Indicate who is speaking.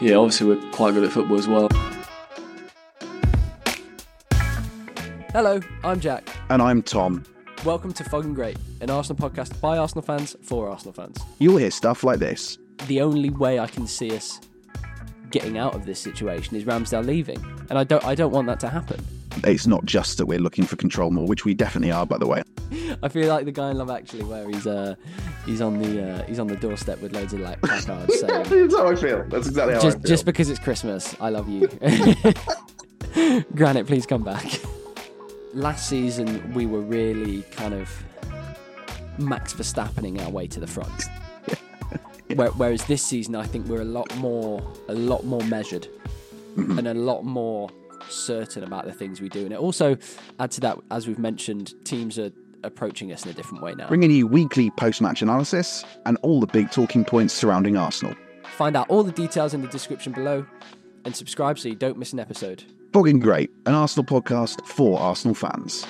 Speaker 1: yeah, obviously we're quite good at football as well.
Speaker 2: Hello, I'm Jack.
Speaker 3: And I'm Tom.
Speaker 2: Welcome to Fucking Great, an Arsenal podcast by Arsenal fans for Arsenal fans.
Speaker 3: You'll hear stuff like this.
Speaker 2: The only way I can see us getting out of this situation is Ramsdale leaving, and I don't I don't want that to happen.
Speaker 3: It's not just that we're looking for control more, which we definitely are, by the way.
Speaker 2: I feel like the guy in Love Actually, where he's uh he's on the uh, he's on the doorstep with loads of like placards saying
Speaker 4: That's how I feel. That's exactly how I
Speaker 2: just
Speaker 4: feel.
Speaker 2: just because it's Christmas, I love you. Granite, please come back. Last season, we were really kind of Max Verstappening our way to the front. Where, whereas this season, I think we're a lot more a lot more measured and a lot more certain about the things we do. And it also add to that, as we've mentioned, teams are approaching us in a different way now.
Speaker 3: Bringing you weekly post match analysis and all the big talking points surrounding Arsenal.
Speaker 2: Find out all the details in the description below and subscribe so you don't miss an episode.
Speaker 3: Fucking great, an Arsenal podcast for Arsenal fans.